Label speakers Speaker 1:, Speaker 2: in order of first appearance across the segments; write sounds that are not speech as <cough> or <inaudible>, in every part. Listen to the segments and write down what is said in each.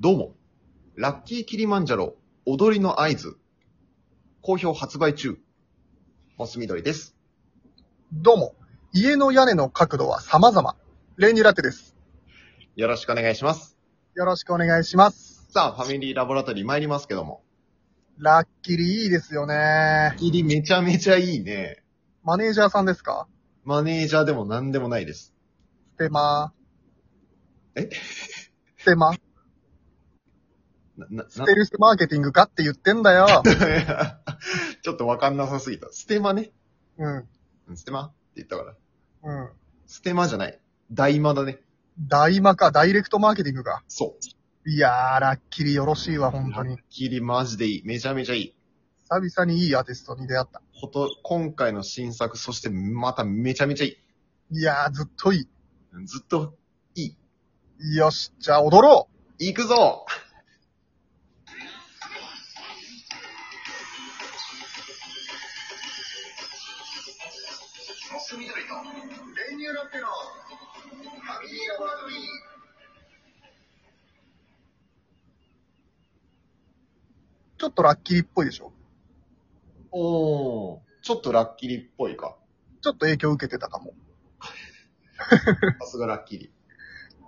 Speaker 1: どうも、ラッキーキリマンジャロ、踊りの合図、好評発売中、モスみどりです。
Speaker 2: どうも。家の屋根の角度は様々。レイニーラテです。
Speaker 1: よろしくお願いします。
Speaker 2: よろしくお願いします。
Speaker 1: さあ、ファミリーラボラトリー参りますけども。
Speaker 2: ラッキリいいですよね。
Speaker 1: キリめちゃめちゃいいね。
Speaker 2: マネージャーさんですか
Speaker 1: マネージャーでも何でもないです。
Speaker 2: ステマー。
Speaker 1: え
Speaker 2: ステマ
Speaker 1: な、な、 <laughs>
Speaker 2: ステルスマーケティングかって言ってんだよ。
Speaker 1: な、ちょっとわかんなさすぎた。ステマね。
Speaker 2: うん。
Speaker 1: うんステマって言ったから。
Speaker 2: うん。
Speaker 1: ステマじゃない。大魔だね。
Speaker 2: 大魔か、ダイレクトマーケティングか。
Speaker 1: そ
Speaker 2: いやー、ラッキリよろしいわ、
Speaker 1: う。
Speaker 2: 本当
Speaker 1: ラ
Speaker 2: に
Speaker 1: ッ。キリマジでいい。めちゃめちゃいい。
Speaker 2: 久々にいいアーティストに出会った。
Speaker 1: こと、今回の新作、そしてまためちゃめちゃいい。
Speaker 2: いやー、ずっとい
Speaker 1: ずっと、い
Speaker 2: い。よし、じゃあ踊ろう
Speaker 1: い。行くぞ
Speaker 2: モス緑と、レイニューラテの、ファミリーラボラトリー。ちょっとラッキリっぽいでしょ
Speaker 1: おー。ちょっとラッキリっぽいか。
Speaker 2: ちょっと影響受けてたかも。
Speaker 1: さすがラッキリ。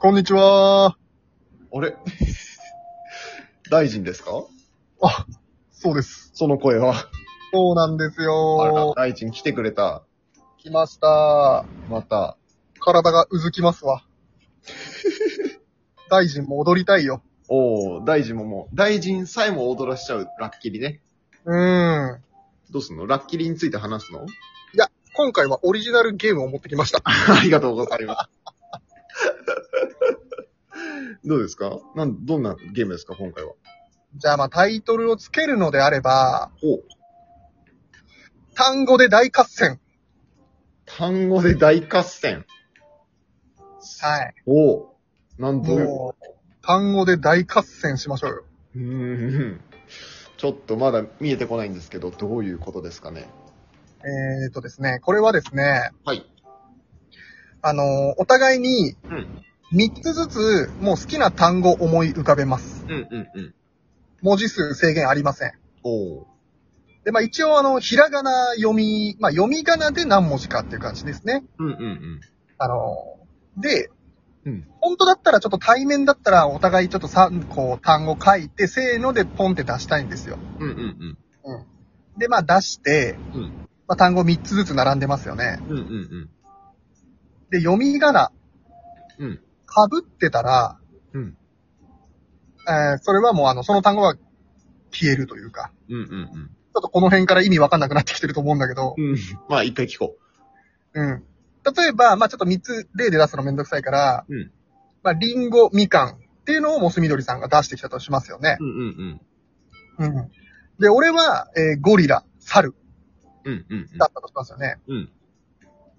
Speaker 2: こんにちは
Speaker 1: あれ <laughs> 大臣ですか
Speaker 2: そうです。
Speaker 1: その声は。
Speaker 2: そうなんです
Speaker 1: あら
Speaker 2: よ、
Speaker 1: 大臣来てくれた。
Speaker 2: 来ました
Speaker 1: また。
Speaker 2: 体がうずきます <laughs> わ。大臣も踊りたいよ。
Speaker 1: おー、大臣ももう、大臣さえも踊らしちゃうラッキリね。
Speaker 2: うーん。
Speaker 1: どうすんのラッキリについて話すの <laughs>
Speaker 2: 今回はオリジナルゲームを持ってきました。
Speaker 1: ありがとうございます。 <laughs> どうですかなん、どんなゲームですか今回は。
Speaker 2: じゃあまあタイトルをつけるのであれば、
Speaker 1: おう
Speaker 2: 単語で大合戦。
Speaker 1: 単語で大合戦。
Speaker 2: はい。
Speaker 1: おうなんという。
Speaker 2: もう、単語で大合戦しましょうよ。
Speaker 1: うーんちょっとまだ見えてこないんですけど、どういうことですかね。
Speaker 2: えーとですね、これはですね、
Speaker 1: はい。
Speaker 2: あのーお互いに
Speaker 1: うん。
Speaker 2: 3つずつ、もう好きな単語を思い浮かべます。
Speaker 1: うんうんうん。
Speaker 2: 文字数制限ありません。
Speaker 1: おう
Speaker 2: で、まあ一応あの、ひらがな読み、まあ読み仮名で何文字かっていう感じですね。
Speaker 1: うんうん
Speaker 2: あのーで、
Speaker 1: うん
Speaker 2: 本当だったらちょっと対面だったらお互いちょっと3個単語書いて、せーのでポンって出したいんですよ。
Speaker 1: うん。うんうん
Speaker 2: で、まあ出して、
Speaker 1: うん
Speaker 2: まあ単語3つずつ並んでますよね。
Speaker 1: うん。うんうん
Speaker 2: で、読み仮名、
Speaker 1: うん
Speaker 2: かぶってたら、
Speaker 1: うん
Speaker 2: えーそれはもうあの、その単語が消えるというか、
Speaker 1: うん。うんうん
Speaker 2: ちょっとこの辺から意味わかんなくなってきてると思うんだけど、
Speaker 1: うん。うん。まあ一回聞こ
Speaker 2: うん。例えば、まあちょっと3つ例で出すのめんどくさいから、
Speaker 1: うん
Speaker 2: まあリンゴ、みかんっていうのをモスみどりさんが出してきたとしますよね。
Speaker 1: う。うんうん
Speaker 2: うん。で、俺は、えーゴリラ、猿
Speaker 1: うん。うんうん
Speaker 2: だったとしますよね。
Speaker 1: うん。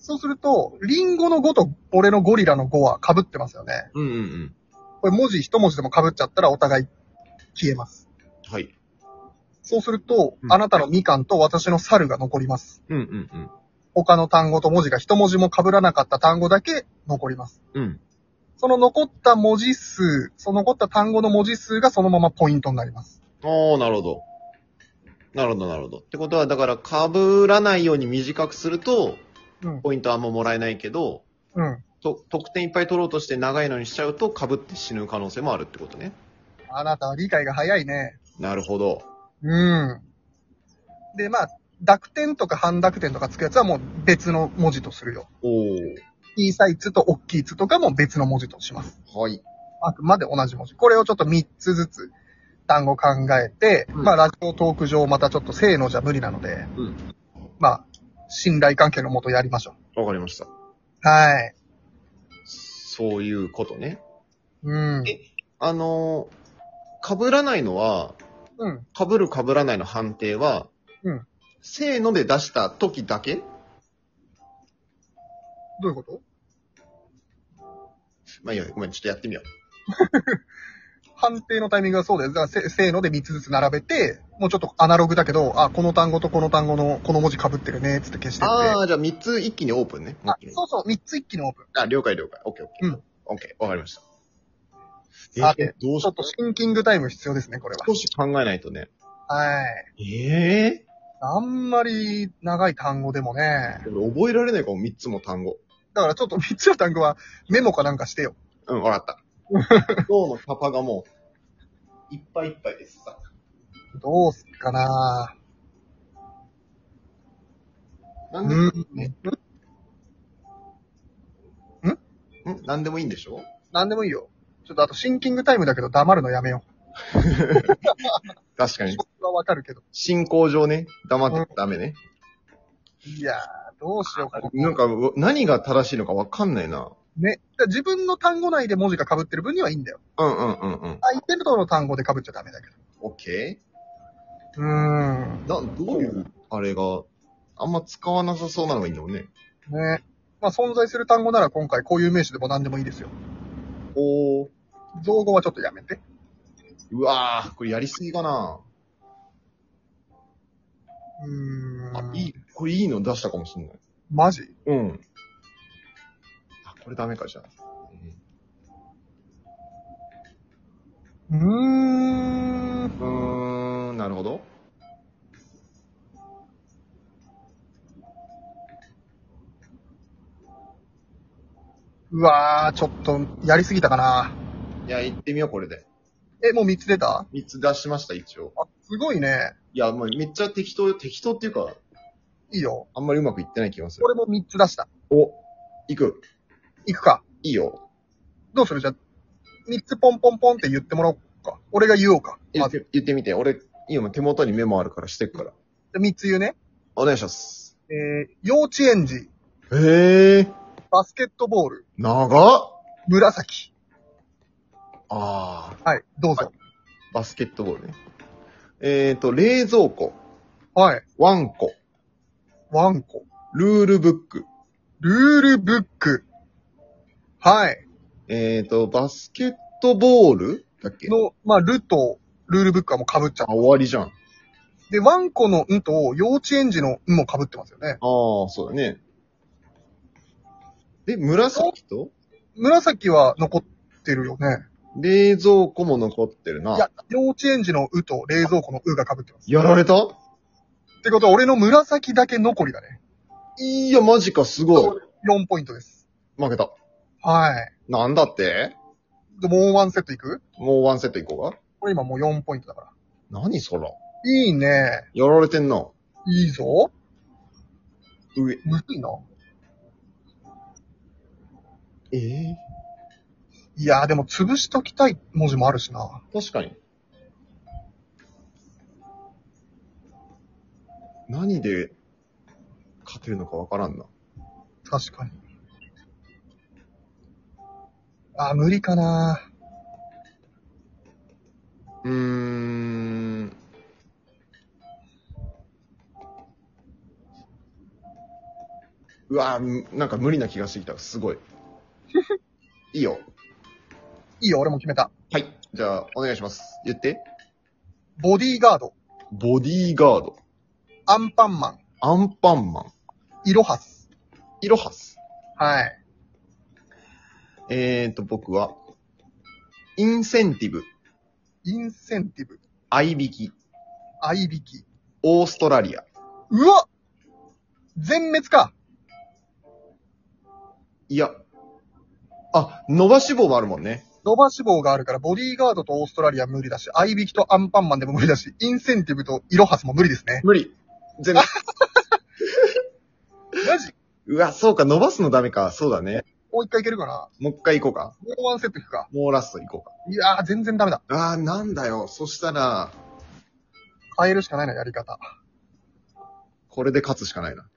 Speaker 2: そうすると、リンゴの5と俺のゴリラの5は被ってますよね。
Speaker 1: うん。うんうんうん。
Speaker 2: これ文字一文字でも被っちゃったらお互い消えます。
Speaker 1: はい。
Speaker 2: そうすると、
Speaker 1: うん
Speaker 2: あなたのみかんと私の猿が残ります。
Speaker 1: うんうんうん。
Speaker 2: 他の単語と文字が一文字も被らなかった単語だけ残ります。
Speaker 1: うん。
Speaker 2: その残った文字数、その残った単語の文字数がそのままポイントになります。
Speaker 1: おー、なるほど。なるほど、なるほど。ってことは、だから、被らないように短くすると、
Speaker 2: うん。
Speaker 1: ポイントあんまもらえないけど、
Speaker 2: うん。
Speaker 1: と得点いっぱい取ろうとして長いのにしちゃうと、被って死ぬ可能性もあるってことね。
Speaker 2: あなたは理解が早いね。
Speaker 1: なるほど。
Speaker 2: うん。で、まあ、濁点とか半濁点とかつくやつはもう別の文字とするよ。
Speaker 1: おー。
Speaker 2: 小さい「つ」と大きい「つ」とかも別の文字とします。
Speaker 1: はい。
Speaker 2: あくまで同じ文字。これをちょっと3つずつ単語考えて、
Speaker 1: うん
Speaker 2: まあラジオトーク上またちょっとせーのじゃ無理なので、
Speaker 1: うん
Speaker 2: まあ、信頼関係のもとやりましょ
Speaker 1: わかりました。
Speaker 2: う。はい。
Speaker 1: そういうことね。
Speaker 2: うん。
Speaker 1: えあのー、被らないのは、
Speaker 2: うん。
Speaker 1: 被る被らないの判定は、
Speaker 2: うん
Speaker 1: せーので出した時だけ
Speaker 2: どういうこと
Speaker 1: まあいいや、ごめん、ちょっとやってみよ
Speaker 2: 判定のタイミングはそうです。だからせせーので3つずつ並べて、もうちょっとアナログだけど、あ、この単語とこの単語のこの文字被ってるね、つって消し
Speaker 1: う。
Speaker 2: てって。
Speaker 1: ああ、じゃあ3つ一気にオープンね。
Speaker 2: あそうそう、3つ一気にオープン。
Speaker 1: あ了解了解。オッケーオッケー。
Speaker 2: うん
Speaker 1: オッケー、わかりました。え
Speaker 2: さ
Speaker 1: ー
Speaker 2: て、
Speaker 1: どうし
Speaker 2: ちょっとシンキングタイム必要ですね、これ
Speaker 1: 少し考えないとね。
Speaker 2: は。はい。
Speaker 1: ええ
Speaker 2: あんまり長い単語でもね。
Speaker 1: 俺覚えられないかも、3つも単語。
Speaker 2: だからちょっと3つの単語はメモかなんかしてよ。
Speaker 1: うん、わ
Speaker 2: <laughs>
Speaker 1: かった。今日のパパがもう、いっぱいいっぱいですさ。
Speaker 2: どうすっかな
Speaker 1: な
Speaker 2: うん
Speaker 1: でも
Speaker 2: ん。
Speaker 1: ん何でもいいんでしょ
Speaker 2: なんでもいいよ。ちょっとあとシンキングタイムだけど黙るのやめよ
Speaker 1: 確か
Speaker 2: う。
Speaker 1: に。
Speaker 2: はわかるけど。
Speaker 1: 進行上ね、黙ってたらダメね。
Speaker 2: いやー、どうしようか。
Speaker 1: なんか、う何が正しいのかわかんないな。
Speaker 2: ね。だから自分の単語内で文字が被ってる分にはいいんだよ。
Speaker 1: うんうんうんうん。
Speaker 2: 相手の単語で被っちゃダメだけど。
Speaker 1: オッケ
Speaker 2: うーん
Speaker 1: ー。な、どういう、あれが、あんま使わなさそうなのがいいんだもんね。
Speaker 2: ね。まあ、存在する単語なら今回こういう名詞でも何でもいいですよ。
Speaker 1: おー。
Speaker 2: 造語はちょっとやめて。
Speaker 1: うわー、これやりすぎかな。
Speaker 2: うーん。
Speaker 1: あ、いい、これいいの出したかもしんない。
Speaker 2: マジ
Speaker 1: うん。あ、これダメか、じゃあ。うんう
Speaker 2: うーん。
Speaker 1: ーん、なるほど。
Speaker 2: うわー、ちょっと、やりすぎたかな。
Speaker 1: いや、行ってみよう、これで。
Speaker 2: え、もう3つ出た
Speaker 1: 3つ出しました、一応。
Speaker 2: あ、すごいね。
Speaker 1: いや、もうめっちゃ適当、適当っていうか、
Speaker 2: いいよ。
Speaker 1: あんまりうまくいってない気がする。
Speaker 2: 俺も3つ出した。
Speaker 1: お、行く。
Speaker 2: いくか。
Speaker 1: いいよ。
Speaker 2: どうするじゃあ、3つポンポンポンって言ってもらおうか。俺が言おうか。
Speaker 1: 言
Speaker 2: ま
Speaker 1: っ
Speaker 2: ず。
Speaker 1: て言ってみて。俺、いいよ、手元にメモあるからしてくから。
Speaker 2: 3つ言うね。
Speaker 1: お願いします。
Speaker 2: えー、幼稚園児、
Speaker 1: ええー、
Speaker 2: バスケットボール、
Speaker 1: 長っ
Speaker 2: 紫。
Speaker 1: あー、
Speaker 2: はい、どうぞ。
Speaker 1: バスケットボールね。えーと、冷蔵庫、
Speaker 2: はい、
Speaker 1: ワンコ、
Speaker 2: ワンコ。
Speaker 1: ルールブック、
Speaker 2: ルールブック。はい。
Speaker 1: えーと、バスケットボールだっけあ、
Speaker 2: の、まあ、ルとルールブックはもう被っちゃっ
Speaker 1: 終わりじゃん。ああ、
Speaker 2: て。で、ワンコのんと幼稚園児のんも被ってますよね。
Speaker 1: そうだね。で、紫と
Speaker 2: 紫は残ってるよね。
Speaker 1: 冷蔵庫も残ってる
Speaker 2: い
Speaker 1: な
Speaker 2: や。、幼稚園児のうと冷蔵庫のうが被ってます。
Speaker 1: やられた
Speaker 2: ってことは俺の紫だけ残りだね。
Speaker 1: いや、マジか、すごい。
Speaker 2: 4ポイントです。
Speaker 1: 負けた。
Speaker 2: はい。
Speaker 1: なんだって
Speaker 2: で、もうワンセットいく
Speaker 1: もうワンセットいこうか。
Speaker 2: これ今もう4ポイントだから。
Speaker 1: 何そら。
Speaker 2: いいね。
Speaker 1: やられてんな。
Speaker 2: いいぞ。
Speaker 1: 上。
Speaker 2: むずいな。
Speaker 1: ええ
Speaker 2: いやーでも潰しときたい文字もあるしな。
Speaker 1: 確かに。何で勝てるのかわからんな。
Speaker 2: 確かに。あー、無理かな。
Speaker 1: うーん。うわぁ、なんか無理な気がしてきた。す <laughs> ごい。いいよ。
Speaker 2: いいよ、俺も決めた。
Speaker 1: はい。じゃあ、お願いします。言って。
Speaker 2: ボディーガード、
Speaker 1: ボディーガード、
Speaker 2: アンパンマン、
Speaker 1: アンパンマン、
Speaker 2: イロハス。
Speaker 1: イロハス。
Speaker 2: はい。
Speaker 1: えーと、僕は、インセンティブ、
Speaker 2: インセンティブ、
Speaker 1: 合いびき、
Speaker 2: 合いびき。
Speaker 1: オーストラリア。
Speaker 2: うわ全滅か。
Speaker 1: いや、あ、伸ばし棒もあるもんね。
Speaker 2: 伸ばし棒があるから、ボディーガードとオーストラリア無理だし、合いびきとアンパンマンでも無理だし、インセンティブとイロハスも無理ですね。
Speaker 1: 無理。全部。 <laughs>
Speaker 2: マジ
Speaker 1: うわ、そうか、伸ばすのダメか。そうだね。
Speaker 2: もう一回いけるかな
Speaker 1: もう一回行こうか。
Speaker 2: もうワンセットいくか。
Speaker 1: もうラスト行こ
Speaker 2: いやー、全然ダメだ。
Speaker 1: うか。あー、なんだよ。そしたら、
Speaker 2: 変えるしかないな、やり方。
Speaker 1: これで勝つしかないな。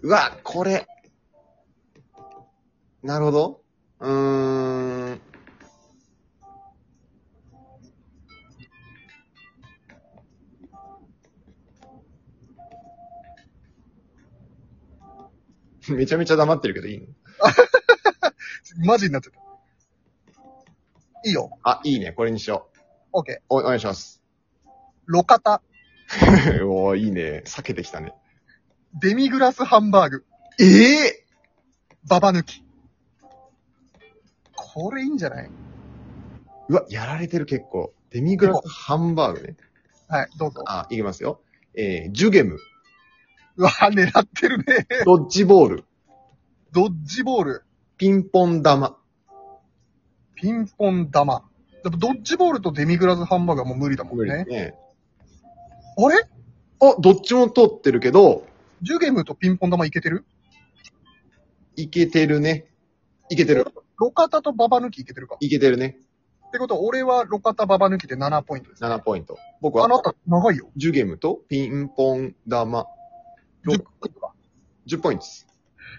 Speaker 1: うわ、これ。なるほど。うーん。 <laughs> めちゃめちゃ黙ってるけどいいの
Speaker 2: マジになっちゃった。いいよ。
Speaker 1: あ、いいね。これにしよう。
Speaker 2: オッケー。
Speaker 1: お、お願いします。 <laughs>
Speaker 2: 路肩、
Speaker 1: おー、いいね。避けてきたね。
Speaker 2: デミグラスハンバーグ、
Speaker 1: ええ
Speaker 2: ババ抜き。これいいんじゃないう
Speaker 1: わ、やられてる結構。デミグラスハンバーグね。
Speaker 2: はい、どうぞ。
Speaker 1: あ、いきますよ。えー、ジュゲム、
Speaker 2: うわ、狙ってるね。
Speaker 1: ドッジボール、
Speaker 2: ドッジボール、
Speaker 1: ピンポン玉。
Speaker 2: ピンポン玉。やっぱドッジボールとデミグラスハンバーガーも無理だもんね。
Speaker 1: ね。
Speaker 2: あれ
Speaker 1: あ、どっちも通ってるけど、
Speaker 2: ジュゲムとピンポン玉いけてる
Speaker 1: いけてるね。いけてる。
Speaker 2: ロカタとババ抜きいけてるか。
Speaker 1: いけてるね。
Speaker 2: ってことは、俺はロカタババ抜きで7ポイントです。
Speaker 1: 7ポイント。僕
Speaker 2: あ
Speaker 1: は
Speaker 2: な、た、長いよ。
Speaker 1: ジュゲムとピンポン玉。
Speaker 2: 10
Speaker 1: 10,
Speaker 2: ポイントか。
Speaker 1: 10ポイントです。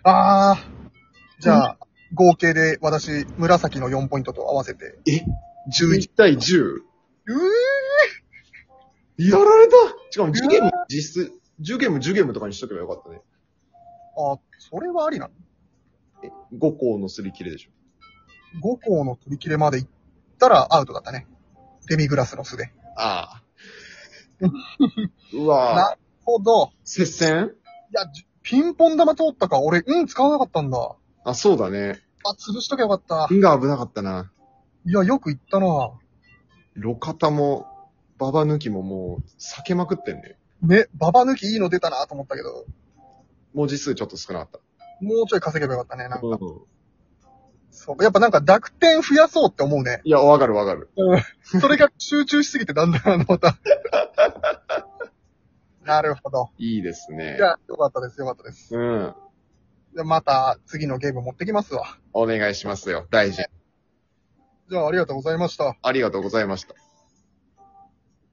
Speaker 2: あー。じゃあ、合計で私、紫の4ポイントと合わせて。
Speaker 1: え
Speaker 2: 11
Speaker 1: ?11 対 10?
Speaker 2: うー
Speaker 1: やられたしかも、ジュゲム、実質、ジュゲム、ジュゲムとかにしとけばよかったね。
Speaker 2: あ、それはありなの
Speaker 1: え、5校のすり切れでしょ。
Speaker 2: ?5 項の取り切れまで行ったらアウトだったね。デミグラスの素で。
Speaker 1: ああ。
Speaker 2: <laughs>
Speaker 1: うわぁ。
Speaker 2: なるほど。
Speaker 1: 接戦
Speaker 2: いや、じピンポン玉通ったか。俺、うん、使わなかったんだ。あ、
Speaker 1: あ、そうだね。
Speaker 2: 潰しとけばよかった。
Speaker 1: 運が危なかったな。
Speaker 2: いや、よく言ったな
Speaker 1: 路肩も、ババ抜きももう、避けまくってんね。
Speaker 2: ね、ババ抜きいいの出たなと思ったけど、
Speaker 1: 文字数ちょっと少なかっ
Speaker 2: もうちょい稼げばよかったね。な
Speaker 1: た。
Speaker 2: んか、
Speaker 1: うん
Speaker 2: そう。やっぱなんか濁点増やそうって思うね。
Speaker 1: いや、わかるわかる。
Speaker 2: それが集中しすぎてだんだんあのまた。 <laughs> なるほど。
Speaker 1: いいですね
Speaker 2: い。や、よかったです、よかったです。
Speaker 1: うん。
Speaker 2: じゃあまた次のゲーム持ってきますわ。
Speaker 1: お願いしますよ。大事。
Speaker 2: じゃあありがとうございました。
Speaker 1: ありがとうございました。